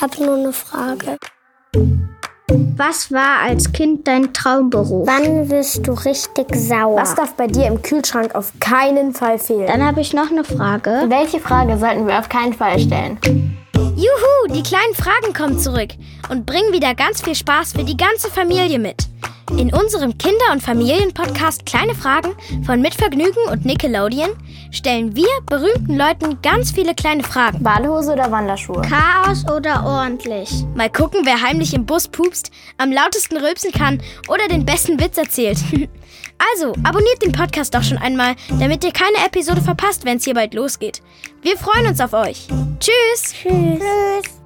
habe nur eine Frage. Was war als Kind dein Traumberuf? Wann wirst du richtig sauer? Was darf bei dir im Kühlschrank auf keinen Fall fehlen? Dann habe ich noch eine Frage. Welche Frage sollten wir auf keinen Fall stellen? Juhu, die kleinen Fragen kommen zurück und bringen wieder ganz viel Spaß für die ganze Familie mit. In unserem Kinder- und Familienpodcast Kleine Fragen von Mitvergnügen und Nickelodeon stellen wir berühmten Leuten ganz viele kleine Fragen. Badehose oder Wanderschuhe? Chaos oder ordentlich? Mal gucken, wer heimlich im Bus pupst, am lautesten rülpsen kann oder den besten Witz erzählt. Also, abonniert den Podcast doch schon einmal, damit ihr keine Episode verpasst, wenn es hier bald losgeht. Wir freuen uns auf euch. Tschüss! Tschüss.